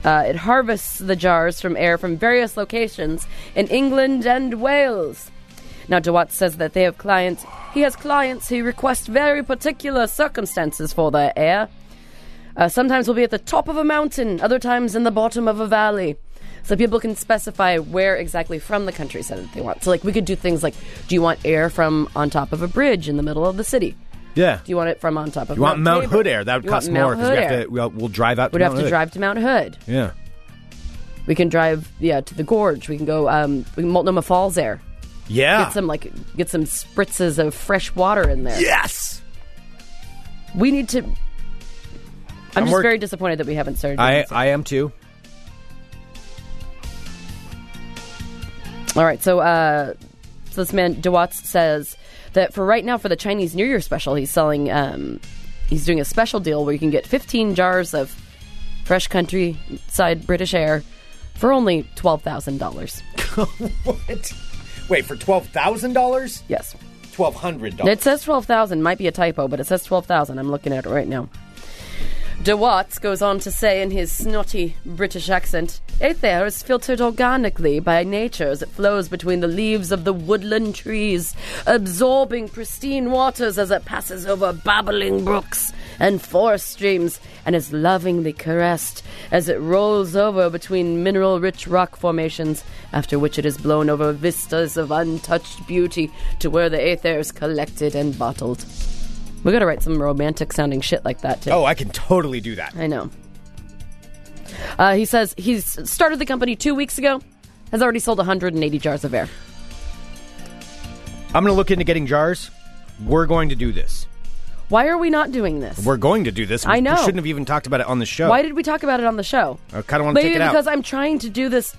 Uh, it harvests the jars from air from various locations in England and Wales. Now DeWatt says that they have clients. He has clients who request very particular circumstances for their air. Uh, sometimes we'll be at the top of a mountain, other times in the bottom of a valley. So people can specify where exactly from the countryside that they want. So like we could do things like, do you want air from on top of a bridge in the middle of the city? Yeah. Do you want it from on top of You want Mount Tabor? Hood air? That would You want cost Mount more because we Hood have air. to. We'll, we'll drive out. To We'd Mount have to Hood. drive to Mount Hood. Yeah. We can drive, yeah, to the gorge. We can go um, we can Multnomah Falls there. Yeah. Get some like get some spritzes of fresh water in there. yes. We need to. I'm, just work- very disappointed that we haven't started. doing I this. I am too. All right, so uh, so this man Dewatts says that for right now for the Chinese New Year special, he's selling. Um, he's doing a special deal where you can get 15 jars of fresh countryside British air for only twelve thousand dollars. what? Wait for twelve thousand dollars? Yes. Twelve hundred It says 12,000. Might be a typo, but it says 12,000. I'm looking at it right now. De Watts goes on to say in his snotty British accent Ether is filtered organically by nature as it flows between the leaves of the woodland trees, absorbing pristine waters as it passes over babbling brooks and forest streams, and is lovingly caressed as it rolls over between mineral rich rock formations, after which it is blown over vistas of untouched beauty to where the Aether is collected and bottled. We gotta write some romantic sounding shit like that, too. Oh, I can totally do that. I know. Uh, he says he's started the company two weeks ago, has already sold 180 jars of air. I'm gonna look into getting jars. We're going to do this. Why are we not doing this? We're going to do this. We I know. shouldn't have even talked about it on the show. Why did we talk about it on the show? I kind of want to Maybe take it out. because I'm trying to do this.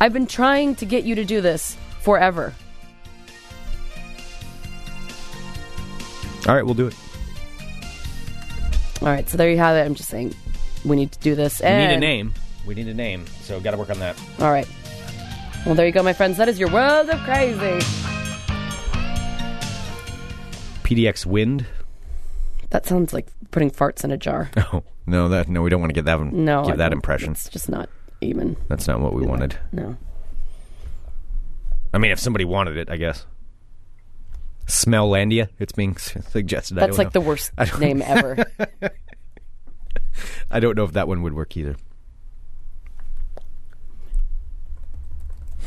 I've been trying to get you to do this forever. All right, we'll do it. All right, so there you have it. I'm just saying we need to do this. We And need a name. We need a name. So got to work on that. All right. Well, there you go, my friends. That is your world of crazy. PDX Wind. That sounds like putting farts in a jar. No, no, that no. We don't want to get that. one- No, give I that don't- impression. It's just not even. That's not what we wanted. No. I mean, if somebody wanted it, I guess. Smellandia, it's being s- suggested. I That's don't like the know. worst I don't- name ever. I don't know if that one would work either.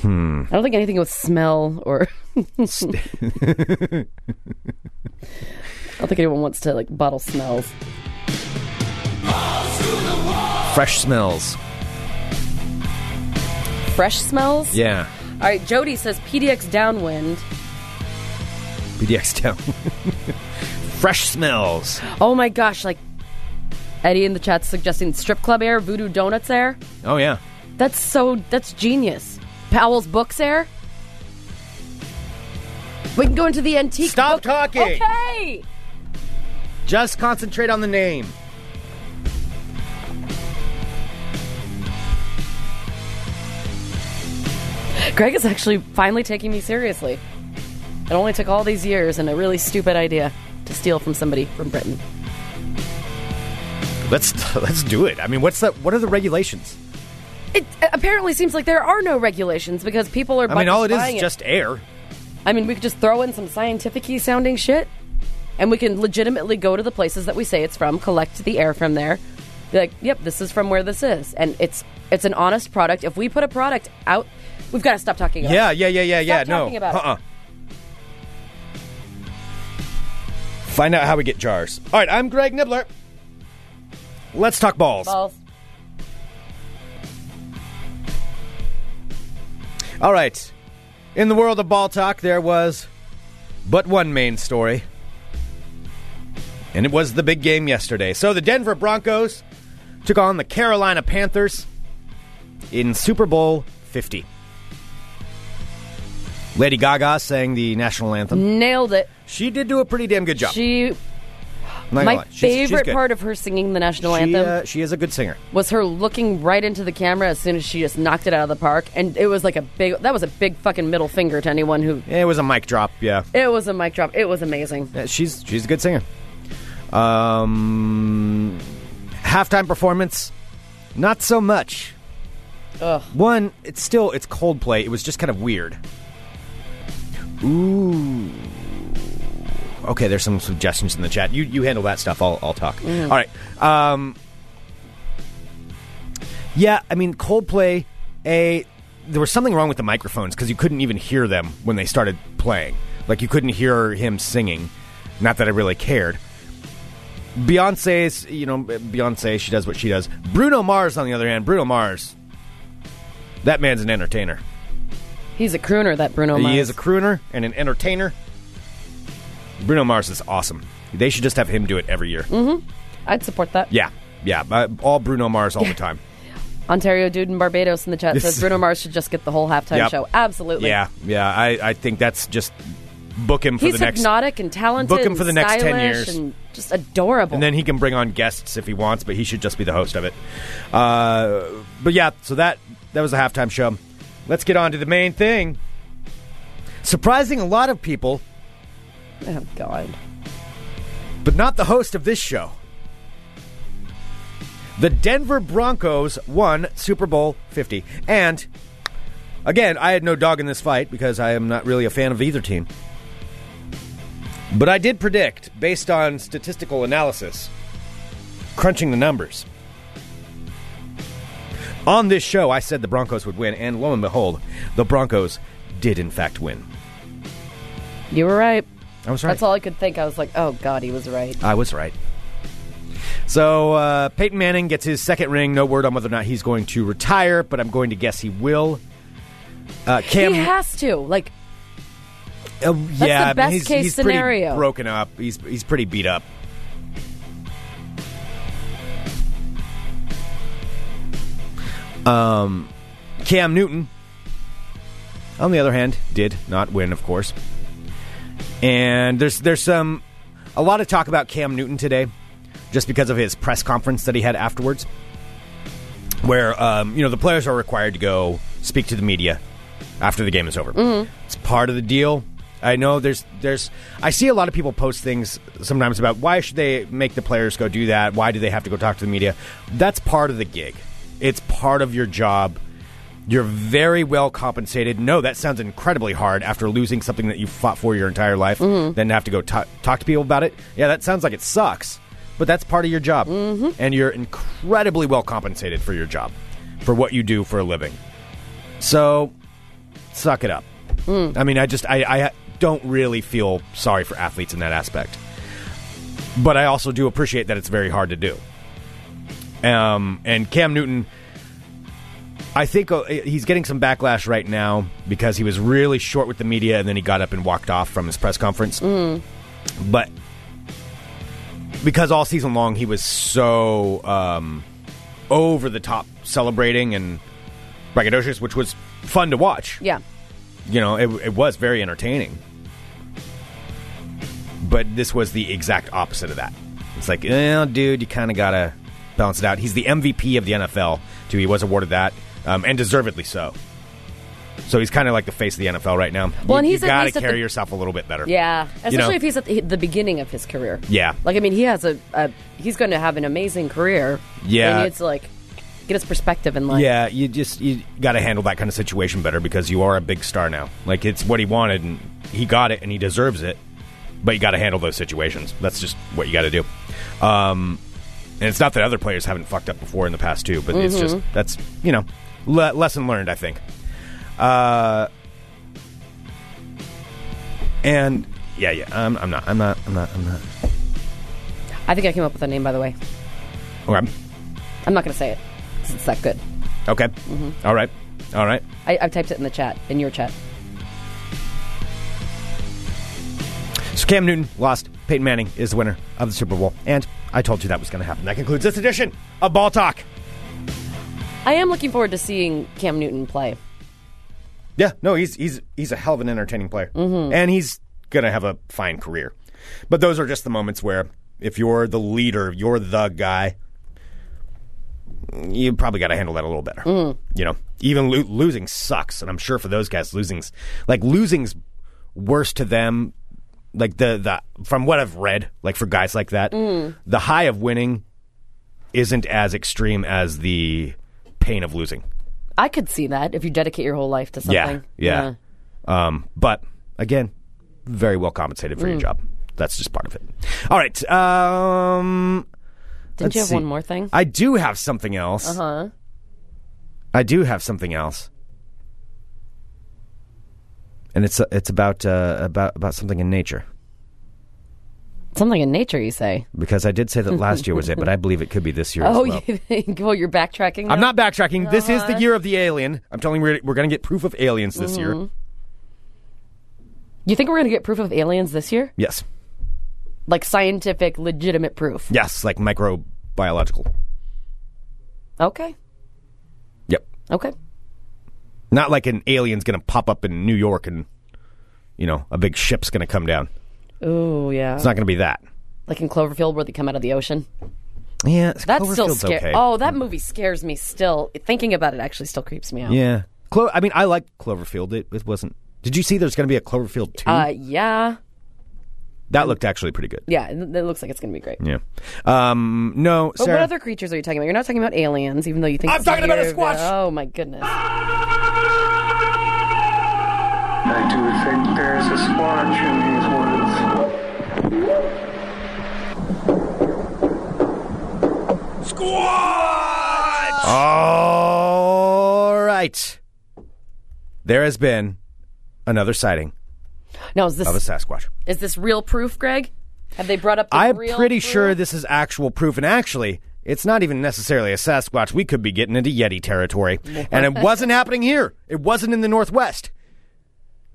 I don't think anything with smell or. I don't think anyone wants to like bottle smells. Fresh smells. Fresh smells. Yeah. All right. Jody says PDX downwind. BDX town. Fresh smells. Oh my gosh! Like Eddie in the chat suggesting strip club air, voodoo donuts air. Oh yeah. That's so. That's genius. Powell's books air. We can go into the antique. Stop book- talking. Okay. Just concentrate on the name. Greg is actually finally taking me seriously. It only took all these years and a really stupid idea to steal from somebody from Britain. Let's let's do it. I mean, what's the what are the regulations? It uh, apparently seems like there are no regulations because people are. I mean, all it is buying is just air. I mean, we could just throw in some scientific y sounding shit, and we can legitimately go to the places that we say it's from, collect the air from there, be like, yep, this is from where this is. And it's it's an honest product. If we put a product out, we've got to stop talking about Yeah, it. yeah, yeah, yeah, yeah. No. talking about it. uh-uh. Find out how we get jars. All right, I'm Greg Nibbler. Let's talk balls. Balls. All right. In the world of ball talk, there was but one main story. And it was the big game yesterday. So the Denver Broncos took on the Carolina Panthers in Super Bowl 50. Lady Gaga sang the national anthem. Nailed it. She did do a pretty damn good job. Mm. She I'm not gonna my lie. She's- she's favorite good. part of her singing the national she, anthem uh, she is a good singer. was her looking right into the camera as soon as she just knocked it out of the park, and it was like a big that was a big fucking middle finger to anyone who It was a mic drop, yeah. it was a mic drop. It was amazing. Yeah, she's she's a good singer. Um, halftime performance, not so much. Ugh. One, it's still it's Coldplay. It was just kind of weird. Ooh. Okay, there's some suggestions in the chat. You you handle that stuff. I'll I'll talk. Mm. All right. Um. Yeah, I mean Coldplay. A there was something wrong with the microphones because you couldn't even hear them when they started playing. Like you couldn't hear him singing. Not that I really cared. Beyonce's, you know, Beyonce, she does what she does. Bruno Mars, on the other hand, Bruno Mars, that man's an entertainer. He's a crooner, that Bruno Mars. He is a crooner and an entertainer. Bruno Mars is awesome. They should just have him do it every year. Mm-hmm. I'd support that. Yeah, yeah, uh, all Bruno Mars all the time. Ontario dude in Barbados in the chat Yes. says Bruno Mars should just get the whole halftime Yep. show. Absolutely. yeah, yeah. I, I think that's just book him for He's the next, hypnotic and talented. book him and for the next 10 stylish years. And just adorable. and then he can bring on guests if he wants. But he should just be the host of it. Uh, but yeah, so that that was the halftime show. Let's get on to the main thing. Surprising a lot of people, oh god. but not the host of this show. The Denver Broncos won Super Bowl 50. And again, I had no dog in this fight because I am not really a fan of either team. But I did predict, based on statistical analysis, crunching the numbers. On this show, I said the Broncos would win, and lo and behold, the Broncos did in fact win. You were right. I was right. That's all I could think. I was like, oh god, he was right. I was right. So uh, Peyton Manning gets his second ring. No word on whether or not he's going to retire, but I'm going to guess he will. Uh, Cam, he has to. Like uh, yeah, I mean, best he's, case he's pretty scenario. broken up. He's he's pretty beat up. Um, Cam Newton, on the other hand, did not win, of course. And there's there's some a lot of talk about Cam Newton today, just because of his press conference that he had afterwards, where um, you know the players are required to go speak to the media after the game is over. Mm-hmm. It's part of the deal. I know there's there's I see a lot of people post things sometimes about why should they make the players go do that? Why do they have to go talk to the media? That's part of the gig. It's part of your job. You're very well compensated. No, that sounds incredibly hard after losing something that you fought for your entire life, then to have to go ta talk to people about it. Yeah, that sounds like it sucks, but that's part of your job. And you're incredibly well compensated for your job, for what you do for a living. So suck it up. I mean, I just I, I don't really feel sorry for athletes in that aspect, but I also do appreciate that it's very hard to do. Um, and Cam Newton, I think uh, he's getting some backlash right now because he was really short with the media, and then he got up and walked off from his press conference. But because all season long he was so um, over the top celebrating and braggadocious, which was fun to watch yeah. you know, it, it was very entertaining. But this was the exact opposite of that. It's like, eh, dude, you kind of got to balance it out. He's the MVP of the NFL, too. He was awarded that, um, and deservedly so. So he's kind of like the face of the NFL right now. Well, and you, he's at got to least at carry the- yourself a little bit better. Yeah. Especially know. if he's at the, the beginning of his career. Yeah. Like I mean, he has a, a he's going to have an amazing career. Yeah. and it's like get his perspective in life. Yeah, you just you got to handle that kind of situation better because you are a big star now. Like it's what he wanted, and he got it and he deserves it. But you got to handle those situations. That's just what you got to do. Um, and it's not that other players haven't fucked up before in the past too, but it's just that's you know le- lesson learned. I think. Uh, and yeah, yeah, I'm, I'm not, I'm not, I'm not, I'm not. I think I came up with a name, by the way. Okay, I'm not going to say it 'cause it's that good. okay, All right, all right. I, I've typed it in the chat, in your chat. So Cam Newton lost. Peyton Manning is the winner of the Super Bowl, and I told you that was going to happen. That concludes this edition of Ball Talk. I am looking forward to seeing Cam Newton play. Yeah, no, he's he's he's a hell of an entertaining player, and he's gonna have a fine career. But those are just the moments where, if you're the leader, you're the guy. You probably got to handle that a little better. You know, even lo- losing sucks, and I'm sure for those guys, losing's like losing's worse to them. Like the the from what I've read, like for guys like that, the high of winning isn't as extreme as the pain of losing. I could see that if you dedicate your whole life to Yeah, something. yeah. Um, but again, very well compensated for Mm. your job. That's just part of it. All right. Um, Didn't let's you have see. one more thing? I do have something else. Uh-huh. Uh huh. I do have something else. And it's it's about uh, about about something in nature Something in nature, you say. because I did say that last year was it, but I believe it could be this year. as Oh, well. you think? Well, you're backtracking. I'm now? not backtracking. This is the year of the alien. I'm telling you, we're, we're going to get proof of aliens this year. Mm-hmm. You think we're going to get proof of aliens this year? Yes, Like scientific, legitimate proof. yes, like microbiological. Okay. Yep. Okay. Not like an alien's going to pop up in New York and, you know, a big ship's going to come down. Oh yeah. It's not going to be that. like in Cloverfield, where they come out of the ocean. Yeah, That's still Cloverfield's scary. okay. Oh, that movie scares me still. Thinking about it actually still creeps me out. yeah. Clo- I mean, I like Cloverfield. It, it wasn't. Did you see there's going to be a Cloverfield two? Uh, yeah. that looked actually pretty good. Yeah. It it looks like it's going to be great. Yeah. Um. No. But Sarah, what other creatures are you talking about? You're not talking about aliens, even though you think I'm it's the talking about a year of the- squash! Oh my goodness! I do think there's a squatch in these woods. All right. There has been another sighting Now is of a this Sasquatch. is this real proof, Greg? Have they brought up? The I'm real pretty proof? sure this is actual proof, and actually, it's not even necessarily a Sasquatch. We could be getting into Yeti territory, and it wasn't happening here. It wasn't in the Northwest.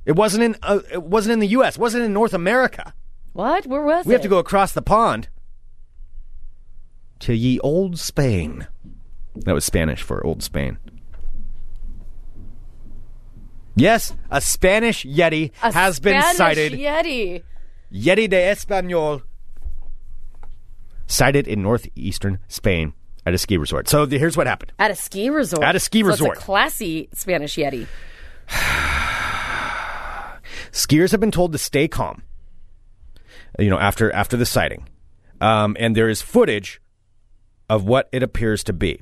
It wasn't in. Uh, it wasn't in the U.S. It wasn't in North America. What? Where was We it? have to go across the pond to ye old Spain. That was Spanish for old Spain. Yes, a Spanish Yeti A has been Spanish sighted. Yeti. Yeti de Espanol. Sighted in northeastern Spain at a ski resort. So the, here's what happened. At a ski resort. At a ski So it's resort. classy Spanish Yeti. Skiers have been told to stay calm. You know, after after the sighting, um, and there is footage of what it appears to be.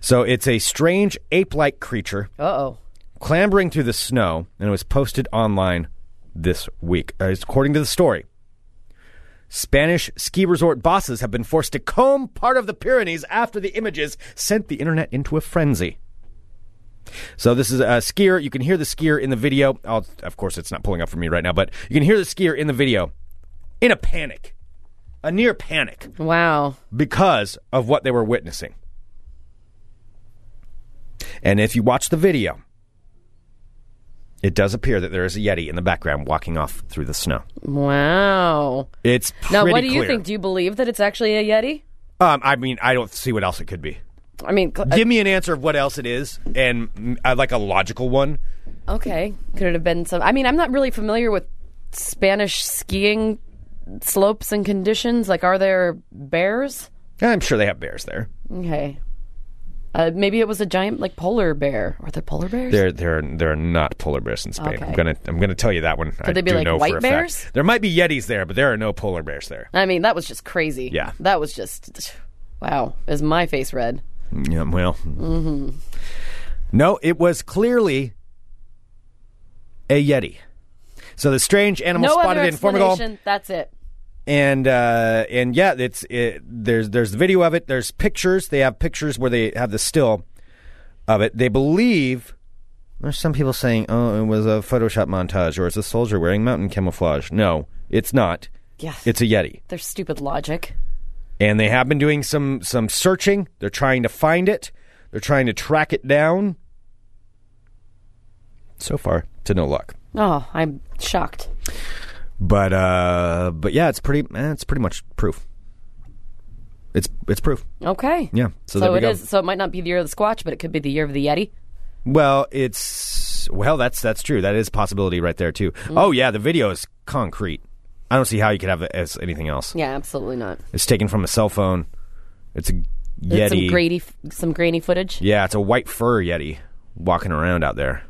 So it's a strange ape-like creature Uh oh. clambering through the snow, and it was posted online this week. Uh, according to the story, Spanish ski resort bosses have been forced to comb part of the Pyrenees after the images sent the internet into a frenzy. So this is a skier. You can hear the skier in the video. I'll, of course, it's not pulling up for me right now, but you can hear the skier in the video in a panic, a near panic Wow. because of what they were witnessing. And if you watch the video, it does appear that there is a Yeti in the background walking off through the snow. Wow. It's Now, pretty what do you clear. think? Do you believe that it's actually a Yeti? Um, I mean, I don't see what else it could be. I mean, cl- Give me an answer of what else it is, and mm, uh, like a logical one. uh, okay. Could it have been some? I mean, I'm not really familiar with Spanish skiing slopes and conditions. Like, are there bears? I'm sure they have bears there. Okay. Uh, maybe it was a giant, like, polar bear. Are there polar bears? There, there, are- there are not polar bears in Spain. I'm Okay. gonna, I'm gonna tell you that one. Could I they be do like know white for a bears? Fact. There might be Yetis there, but there are no polar bears there. I mean, that was just crazy. Yeah. That was just. Wow. Is my face red? Yeah, well. No, it was clearly a Yeti. So the strange animal No spotted other in Formigal, explanation. That's it. and uh, and yeah, it's it, there's there's video of it. There's pictures. They have pictures where they have the still of it. They believe there's some people saying, oh, it was a Photoshop montage or it's a soldier wearing mountain camouflage. No, it's not. Yeah. It's a Yeti, Their stupid logic. and they have been doing some some searching. They're trying to find it. They're trying to track it down. So far, to no luck. Oh, I'm shocked. But uh, but yeah, it's pretty. eh, It's pretty much proof. It's it's proof. Okay. Yeah. So, there we it go. is- So it might not be the year of the Squatch, but it could be the year of the Yeti. Well, it's well. That's that's true. That is a possibility right there too. Mm. Oh yeah, the video is concrete. I don't see how you could have it as anything else. Yeah, absolutely not. It's taken from a cell phone. It's a There's yeti. Some grainy, f- some grainy footage. yeah, it's a white fur yeti walking around out there.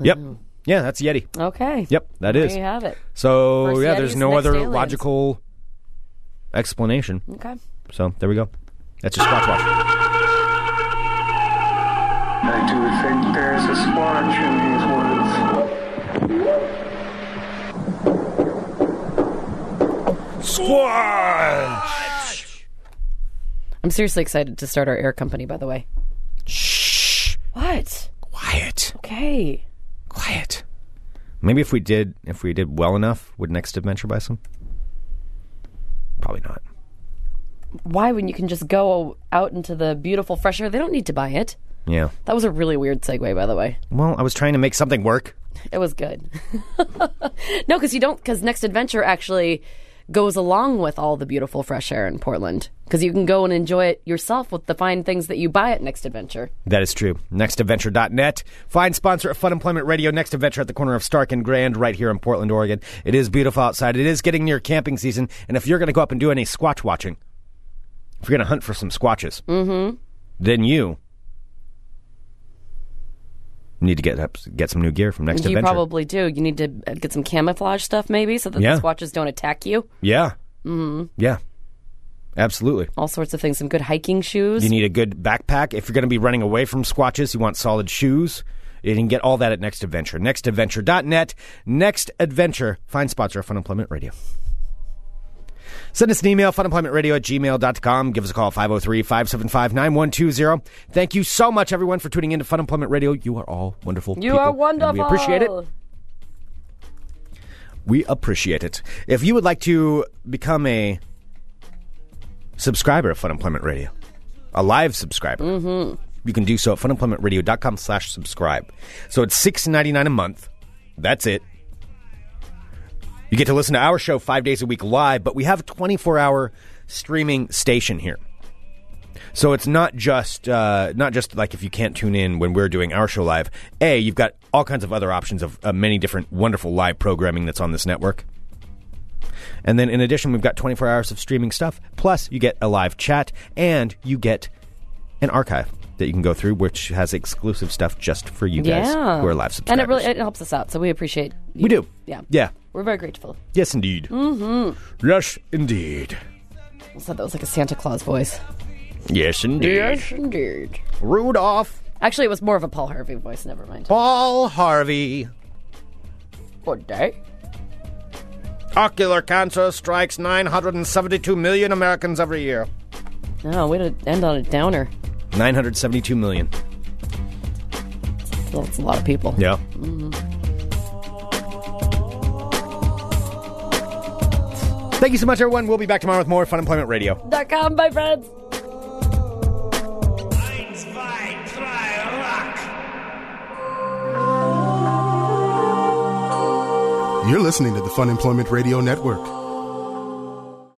Yep. Yeah, that's yeti. Okay. Yep, that There is. you have it. So First yeah, Yetis, there's no next other aliens. logical explanation. Okay. So there we go. That's your Squatch Watch. I do think there's a Squatch in these woods. Squatch. I'm seriously excited to start our air company. By the way. Shh. What? Quiet. Okay. Quiet. Maybe if we did, if we did well enough, would next adventure buy some? Probably not. Why, when you can just go out into the beautiful fresh air, they don't need to buy it. Yeah. That was a really weird segue, by the way. Well, I was trying to make something work. It was good. no, because you don't. Because next adventure actually goes along with all the beautiful fresh air in Portland. Because you can go and enjoy it yourself with the fine things that you buy at next adventure. That is true. NextAdventure.net. Find sponsor of Fun Employment Radio, Next Adventure at the corner of Stark and Grand, right here in Portland, Oregon. It is beautiful outside. It is getting near camping season, and if you're going to go up and do any squatch watching, if you're going to hunt for some squatches, mm-hmm. then you need to get up, get some new gear from Next You Adventure. probably do. You need to uh, get some camouflage stuff, maybe, so that Yeah. the swatches don't attack you. Yeah. Mm-hmm. Yeah. Absolutely. All sorts of things. Some good hiking shoes. You need a good backpack. If you're going to be running away from squatches, you want solid shoes. You can get all that at Next Adventure. NextAdventure.net. Next Adventure. Find sponsor of Fun Employment Radio. Send us an email, funemploymentradio at gmail.com. Give us a call, 503 575 9120. Thank you so much, everyone, for tuning in to Fun Employment Radio. You are all wonderful you people, are and wonderful. We appreciate it. We appreciate it. If you would like to become a subscriber of Fun Employment Radio, a live subscriber, you can do so at funemploymentradio.com slash subscribe. So it's six ninety nine a month. That's it. You get to listen to our show five days a week live, but we have a 24 hour streaming station here. So it's not just uh, not just like if you can't tune in when we're doing our show live. A, you've got all kinds of other options of uh, many different wonderful live programming that's on this network. And then in addition, we've got 24 hours of streaming stuff. Plus, you get a live chat and you get an archive that you can go through, which has exclusive stuff just for you guys Yeah. who are live and subscribers. it really it helps us out, so we appreciate you. we do. Yeah. Yeah. We're very grateful. Yes, indeed. Mm-hmm. Yes, indeed. I said that was like a Santa Claus voice. Yes, indeed. indeed. Rudolph Actually, it was more of a Paul Harvey voice. Never mind. Paul Harvey. Good day. Ocular cancer strikes 972 million Americans every year. No, way to end on a downer. 972 million. Well, That's a lot of people. Yeah. Thank you so much, everyone. We'll be back tomorrow with more Fun Employment Radio. Dot com, my friends. Eins, zwei, drei, rock! You're listening to the Fun Employment Radio Network.